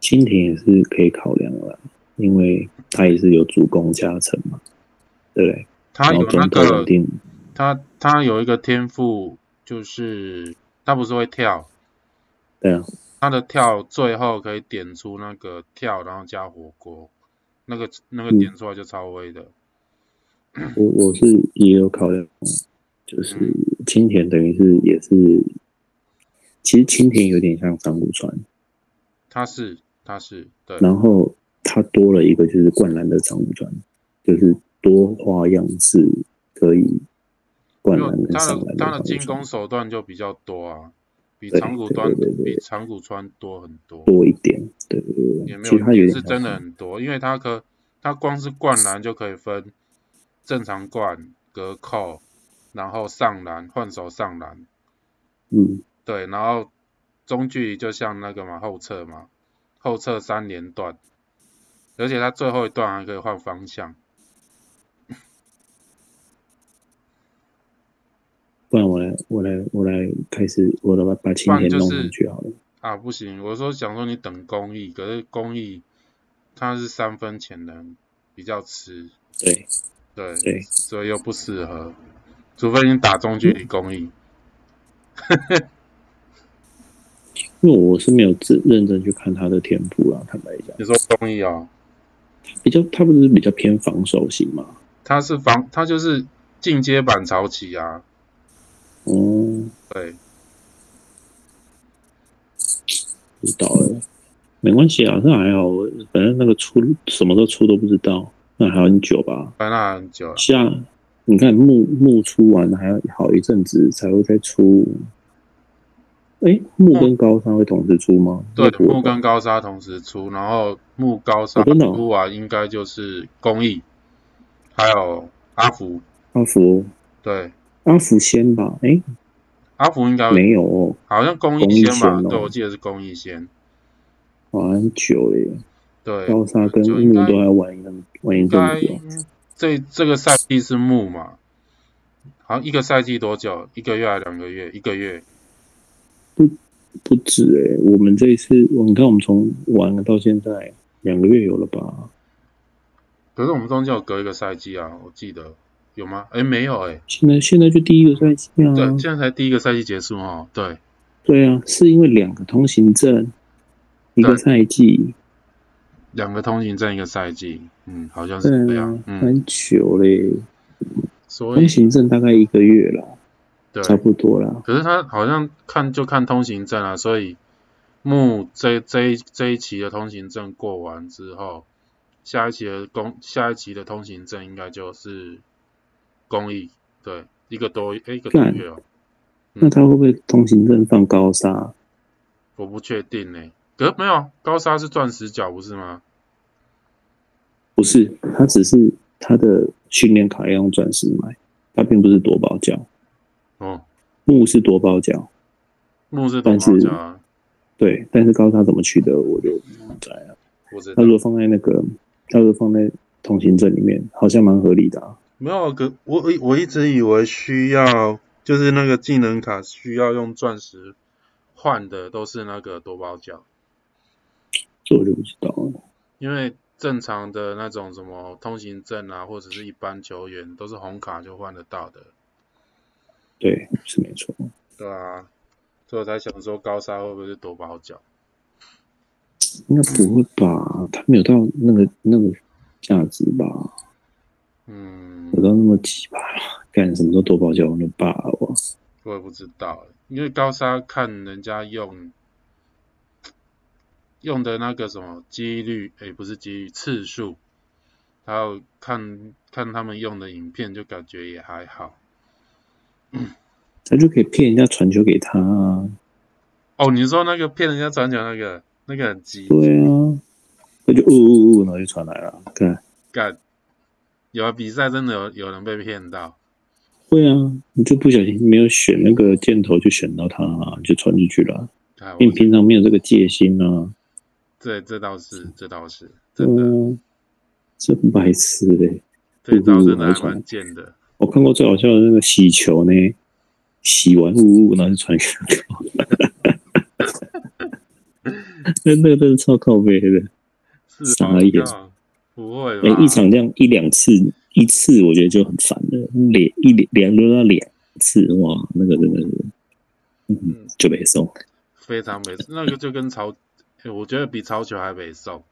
蜻蜓也是可以考量的啦，因为它也是有主攻加成嘛，对不对？他然有后那中投个稳定，他他有一个天赋，就是他不是会跳，对啊，他的跳最后可以点出那个跳，然后加火锅，那个那个嗯点出来就超威的。我我是也有考量，就是嗯青田等于是也是，其实青田有点像长谷川，他是他是对，然后它多了一个就是灌篮的长谷川，就是多花样式可以灌因篮为跟他上的篮他的长谷进攻川手段就比较多啊，比对长谷对川对对对比长谷川多很多，多一点，对对对对，也没其实有它有也点是像真的很多，因为他可他光是灌篮就可以分正常灌、隔扣，然后上篮、换手上篮，嗯对，然后中距离就像那个嘛后撤嘛，后撤三连段，而且他最后一段还可以换方向，不然我来，我来，我来开始，我来把把青不然田就弄是上去好了。啊，不行，我说想说你等公益，可是公益他是三分潜能比较吃，对对，对，所以又不适合，除非你打中距离公益，因为我是没有认认真去看他的天赋啦，坦白讲，你说公益哦，比较他不是比较偏防守型嘛？他是防，他就是进阶版潮起啊，哦，对，不知道了，没关系啊，那还好，我反正那个出什么时候出都不知道，那还很久吧。反正很久了，下你看木木出完还要好一阵子才会再出。哎，木木跟高山会同时出吗？嗯哦对，不会木吧跟高沙同时出，然后木高沙哦真的哦出完应该就是公益，还有阿福，阿福哦对，阿福先吧？哎，阿福应该会没有、哦。好像公公益益先吧，先哦对，我记得是公益先，玩很久嘞，对，高沙跟就木应该都还玩一阵玩一应阵该子哦，这这个赛季是木嘛？好像一个赛季多久？一个月还是两个月？一个月。不止哎、我们这一次，我你看我们从玩了到现在两个月有了吧？可是我们中间有隔一个赛季啊，我记得有吗？哎，没有哎、现在现在就第一个赛季啊，对，现在才第一个赛季结束哦。对，对啊，是因为两个通行证，一个赛季，两个通行证一个赛季，嗯，好像是这对样啊，，嗯，很久嘞，所以通行证大概一个月啦，对，差不多啦，可是他好像看就看通行证啊，所以木这这一这一期的通行证过完之后，下一期的公下一期的通行证应该就是公益，对，一个多诶一个多干月哦，那他会不会通行证放高沙？我不确定呢、可是没有高沙是钻石角不是吗？不是，他只是他的训练卡要用钻石买，他并不是夺宝角，哦，木是夺宝角。木是多但少是角啊？对，但是高沙怎么取得，我就不知道了。不知他道，如果放在那个，他如果放在通行证里面，好像蛮合理的、啊。没有，可我我一直以为需要就是那个技能卡需要用钻石换的都是那个多包角。这我就不知道了。因为正常的那种什么通行证啊，或者是一般球员都是红卡就换得到的，对，是没错。对啊，所以我才想说高沙会不会是夺宝角？应该不会吧？他没有到那个那个价值吧？嗯有，到那么几吧？干什么都夺宝交换的罢了哇。我也不知道欸，因为高沙看人家用用的那个什么几率，诶，不是几率次数，还有看看他们用的影片，就感觉也还好。他就可以骗人家传球给他啊。哦，你说那个骗人家转角那个，那个很鸡对啊，他就呜呜呜，然后就传来了。看，干，有啊，比赛真的有有人被骗到，会啊，你就不小心没有选那个箭头，就选到他、啊，就传进去了啊、看我因为平常没有这个戒心啊。这这倒是，这倒是真的，嗯，真白痴嘞、这招真嗯的没还错蛮贱的。我看过最好笑的那个洗球呢，洗完呜呜，然后就传给他。 那那个真的超靠背啊的。是傻吗眼？不会哎、吧？一场这样一两次，一次我觉得就很烦了，两一两两轮到两次，哇，那个真的是，嗯，就没送。非常美，那个就跟潮，哎我觉得比潮球还美送。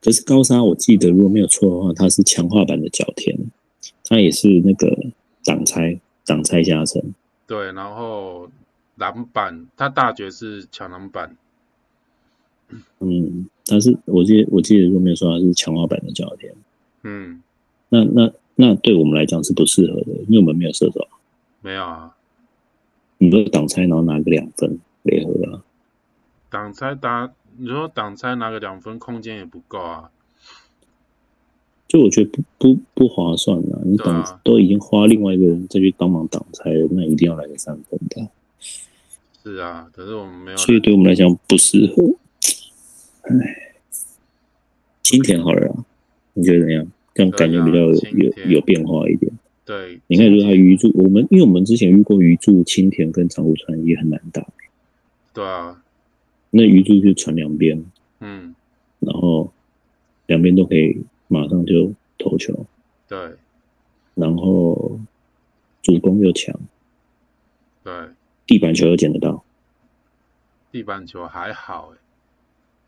可是高沙，我记得如果没有错的话，它是强化版的角田，它也是那个挡拆挡拆加成，对，然后篮板，他大绝是抢篮板，嗯，它是我记得我记得如果没有错，它是强化版的角田。嗯，那那那对我们来讲是不适合的，因为我们没有射手，没有啊，你说挡拆然后拿个两分，没合啊。挡拆打，你说挡拆拿个两分，空间也不够啊，就我觉得不 不不划算啊！你挡、对啊都已经花另外一个人再去帮忙挡拆了，那一定要来个三分的，啊是啊，可是我们没有所以对我们来讲不适合。唉，青田好了啦，你觉得怎样？这样感觉比较有可以啊青田有有变化一点。对，你看，就是他鱼柱，我们因为我们之前遇过鱼柱、青田跟长谷川也很难打，对啊，那鱼柱就传两边，嗯，然后两边都可以马上就投球，对然后主攻又强，对，地板球又捡得到。地板球还好哎、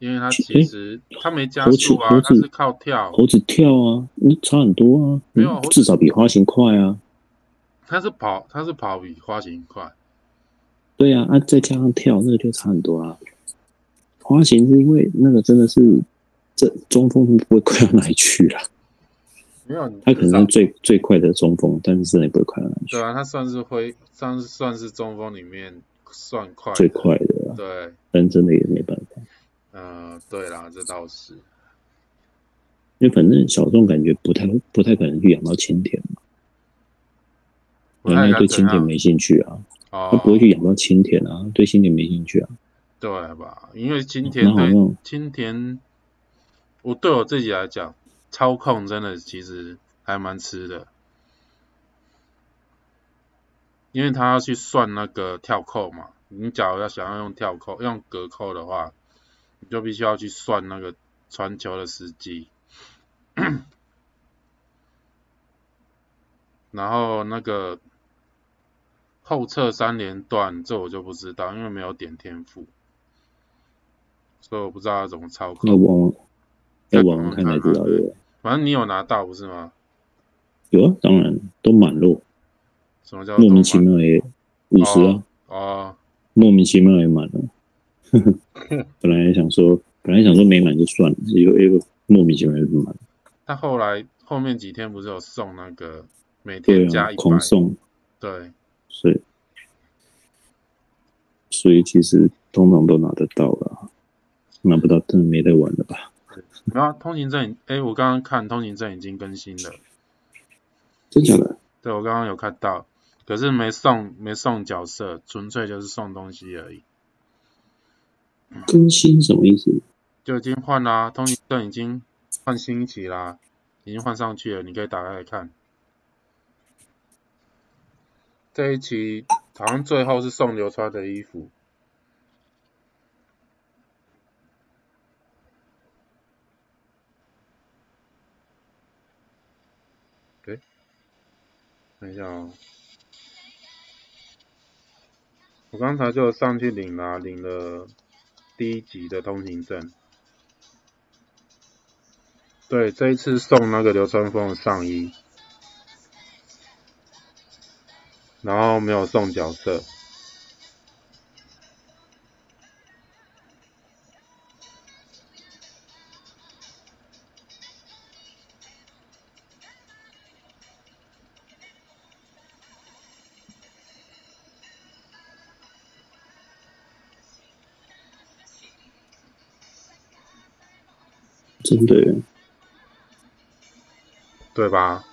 因为他其其诶实他没加猴子速啊，猴他子是靠跳，猴子跳啊，那差很多啊，没有啊猴子至少比花形快啊。他是跑，他是跑比花形快，对啊，啊再加上跳，那个就差很多啊。花形是因为那个真的是，这中锋不会快到哪里去啦，没有，他可能是最最快的中锋，但是真的不会快到哪里去啊对，啊，他算是会，算是算是中锋里面算快的，最快的啊，对，但真的也没办法，呃，对啦，这倒是，因为反正小众感觉不太不太可能去养到青田嘛，不人太家敢对怎青田样没兴趣啊，他哦，不会去养到青田啊，对青田没兴趣啊，对吧？因为今那天好对像今天，我对我自己来讲，操控真的其实还蛮吃的，因为他要去算那个跳扣嘛。你假如要想要用跳扣、用隔扣的话，你就必须要去算那个传球的时机，然后那个后撤三连段，这我就不知道，因为没有点天赋，所以我不知道要怎么操控。要往往要再往往看才知道对不对？反正你有拿到不是吗？有啊，当然都满落。什么叫莫名其妙也五十啊，哦，莫名其妙也满 了。本来想说，本来想说没满就算了，有有个莫名其妙就满了，他后来后面几天不是有送那个每对天啊加一，百、狂送，对所以所以其实通常都拿得到了，拿不到真的没得玩了吧？然后通行证，哎，我刚刚看通行证已经更新了，真假的？对我刚刚有看到，可是没送没送角色，纯粹就是送东西而已，嗯更新什么意思？就已经换啦、通行证已经换新一期啦，已经换上去了，你可以打开来看。这一期好像最后是送流川的衣服，等一下哦，我刚才就上去领啦、领了第一级的通行证。对，这一次送那个流川枫的上衣，然后没有送角色。真的耶？对吧？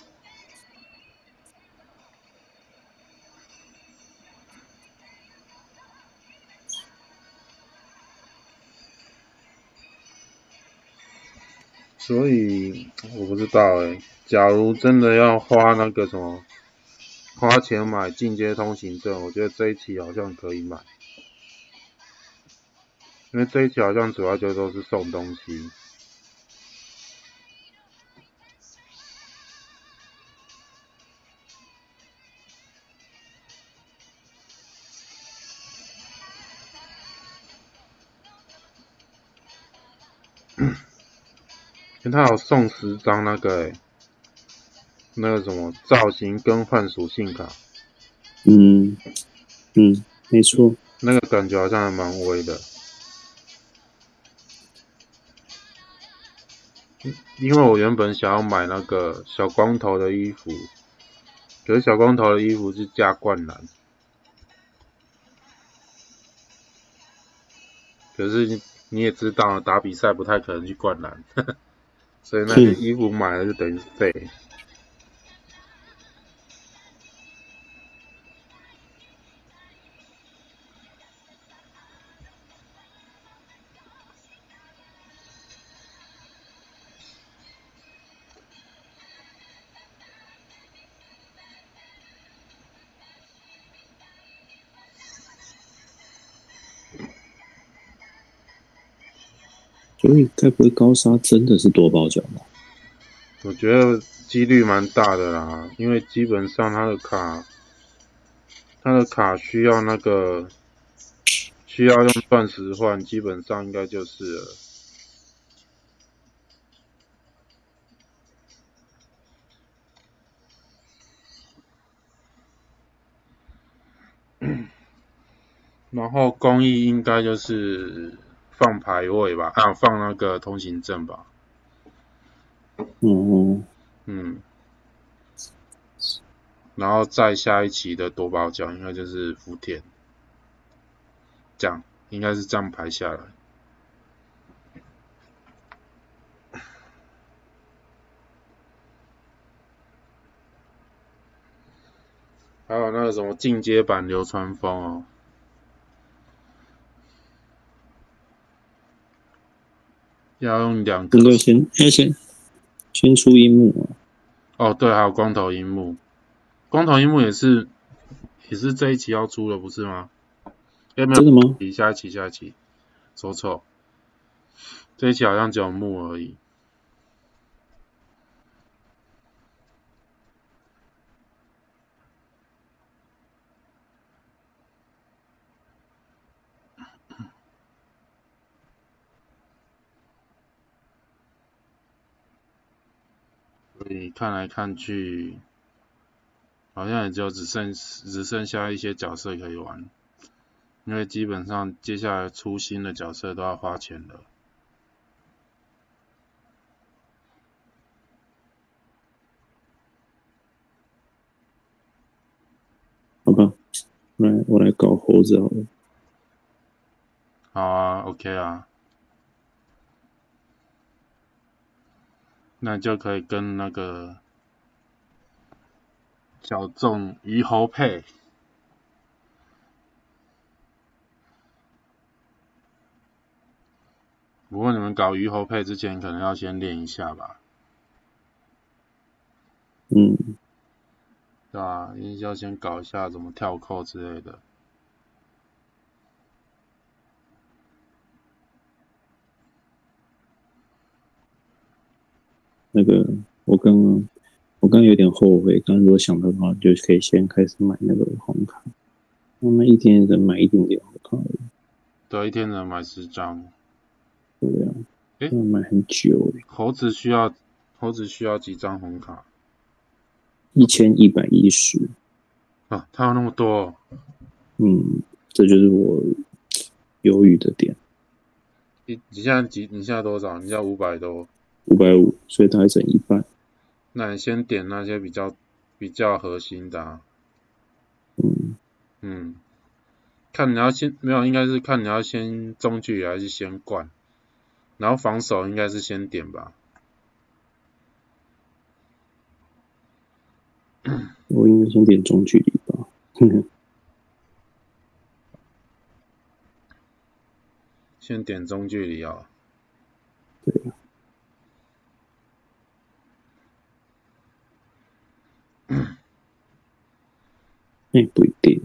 所以我不知道哎、假如真的要花那个什么，花钱买进阶通行证，我觉得这一期好像可以买。因为这一期好像主要就都是送东西。因为他有送十张那个、欸，那个什么造型更换属性卡，嗯嗯，没错，那个感觉好像还蛮威的。因因为我原本想要买那个小光头的衣服，可是小光头的衣服是加灌篮，可是你你也知道，打比赛不太可能去灌篮， 所以那个是衣服买了就等于废。所以该不会高沙真的是多包奖吧？我觉得几率蛮大的啦，因为基本上他的卡，他的卡需要那个需要用钻石换，基本上应该就是了。 然后公益应该就是放排位吧，啊，放那个通行证吧，哦，嗯，然后再下一期的夺宝奖应该就是福田，这样应该是这样排下来。还有那个什么进阶版流川枫哦，要用两个应该先要先先出一幕啊，哦，对，还有光头樱木，光头樱木也是也是这一期要出的，不是吗？哎，没真有，的吗？比下一期，下一期，说错，这一期好像只有木而已。所以看来看去，好像也只有只剩只剩下一些角色可以玩，因为基本上接下来出新的角色都要花钱了。好吧，我来我来搞猴子好了。好啊，OK 啊，那就可以跟那个小众猕猴配。不过你们搞猕猴配之前，可能要先练一下吧，嗯，对吧、你要先搞一下怎么跳扣之类的。那个我刚刚我刚刚有点后悔，刚刚如果想到的话，就可以先开始买那个红卡，慢慢一点点买一点点红卡而已，对，一天只能买十张。对啊，诶要买很久欸，猴子需要猴子需要几张红卡一千一百一十，啊？它有那么多哦、嗯，这就是我犹豫的点，你你现在几？你现在多少？你现在五百多。五百五，所以大概整一半，那你先点那些比较比较核心的、啊，嗯，嗯，看你要先没有，应该是看你要先中距离还是先灌，然后防守应该是先点吧。我应该先点中距离吧，嗯先点中距离哦。对啊。哎那也不一定，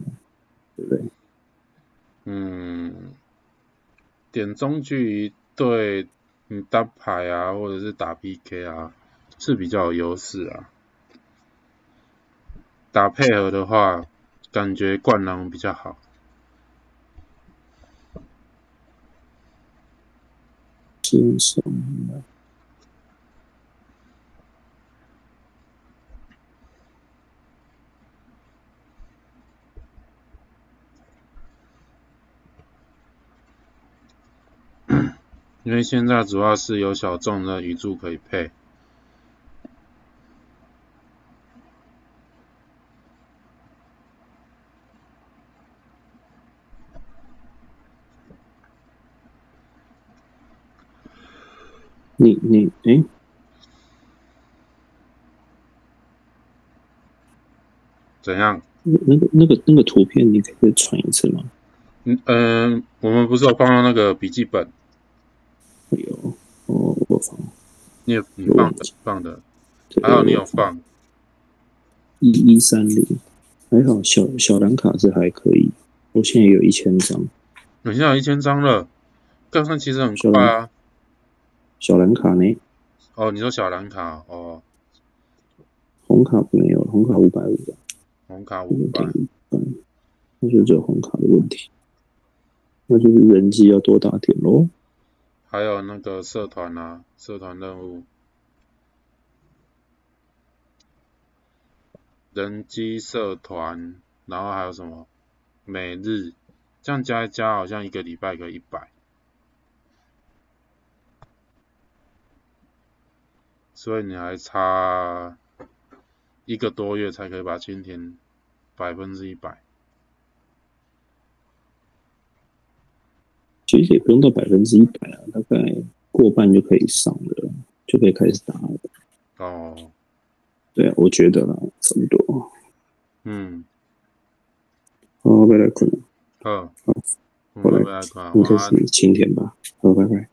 对不对？嗯，点中距离对你单排啊，或者是打 PK 啊，是比较有优势啊。打配合的话，感觉灌篮比较好。是什因为现在主要是有小众的语助可以配。你你哎诶，怎样？那那个那个那个图片，你可以再传一次吗？嗯嗯，我们不是有放到那个笔记本，会有，我哎哦我放。你也你放的放的，对还好你有我放。一一三零，还好小小蓝卡是还可以，我现在有一千张你现在有一千张了，杠上其实很快啊。小蓝卡呢，哦，你说小蓝卡哦，红卡没有，红卡五百五的，红卡五五百百，五百，那就只有红卡的问题，那就是人机要多打点喽。还有那个社团啊，社团任务，人机社团，然后还有什么每日，这样加一加好像一个礼拜可以一百，所以你还差一个多月才可以把蜻蜓百分之一百。其实也不用到百分之一百啊，大概过半就可以上了，就可以开始打了。哦，对啊，我觉得啦，差不多。哦嗯，好，拜拜，可能好，我好们嘞拜拜，应晚该安。啊是晴天吧。好，拜拜。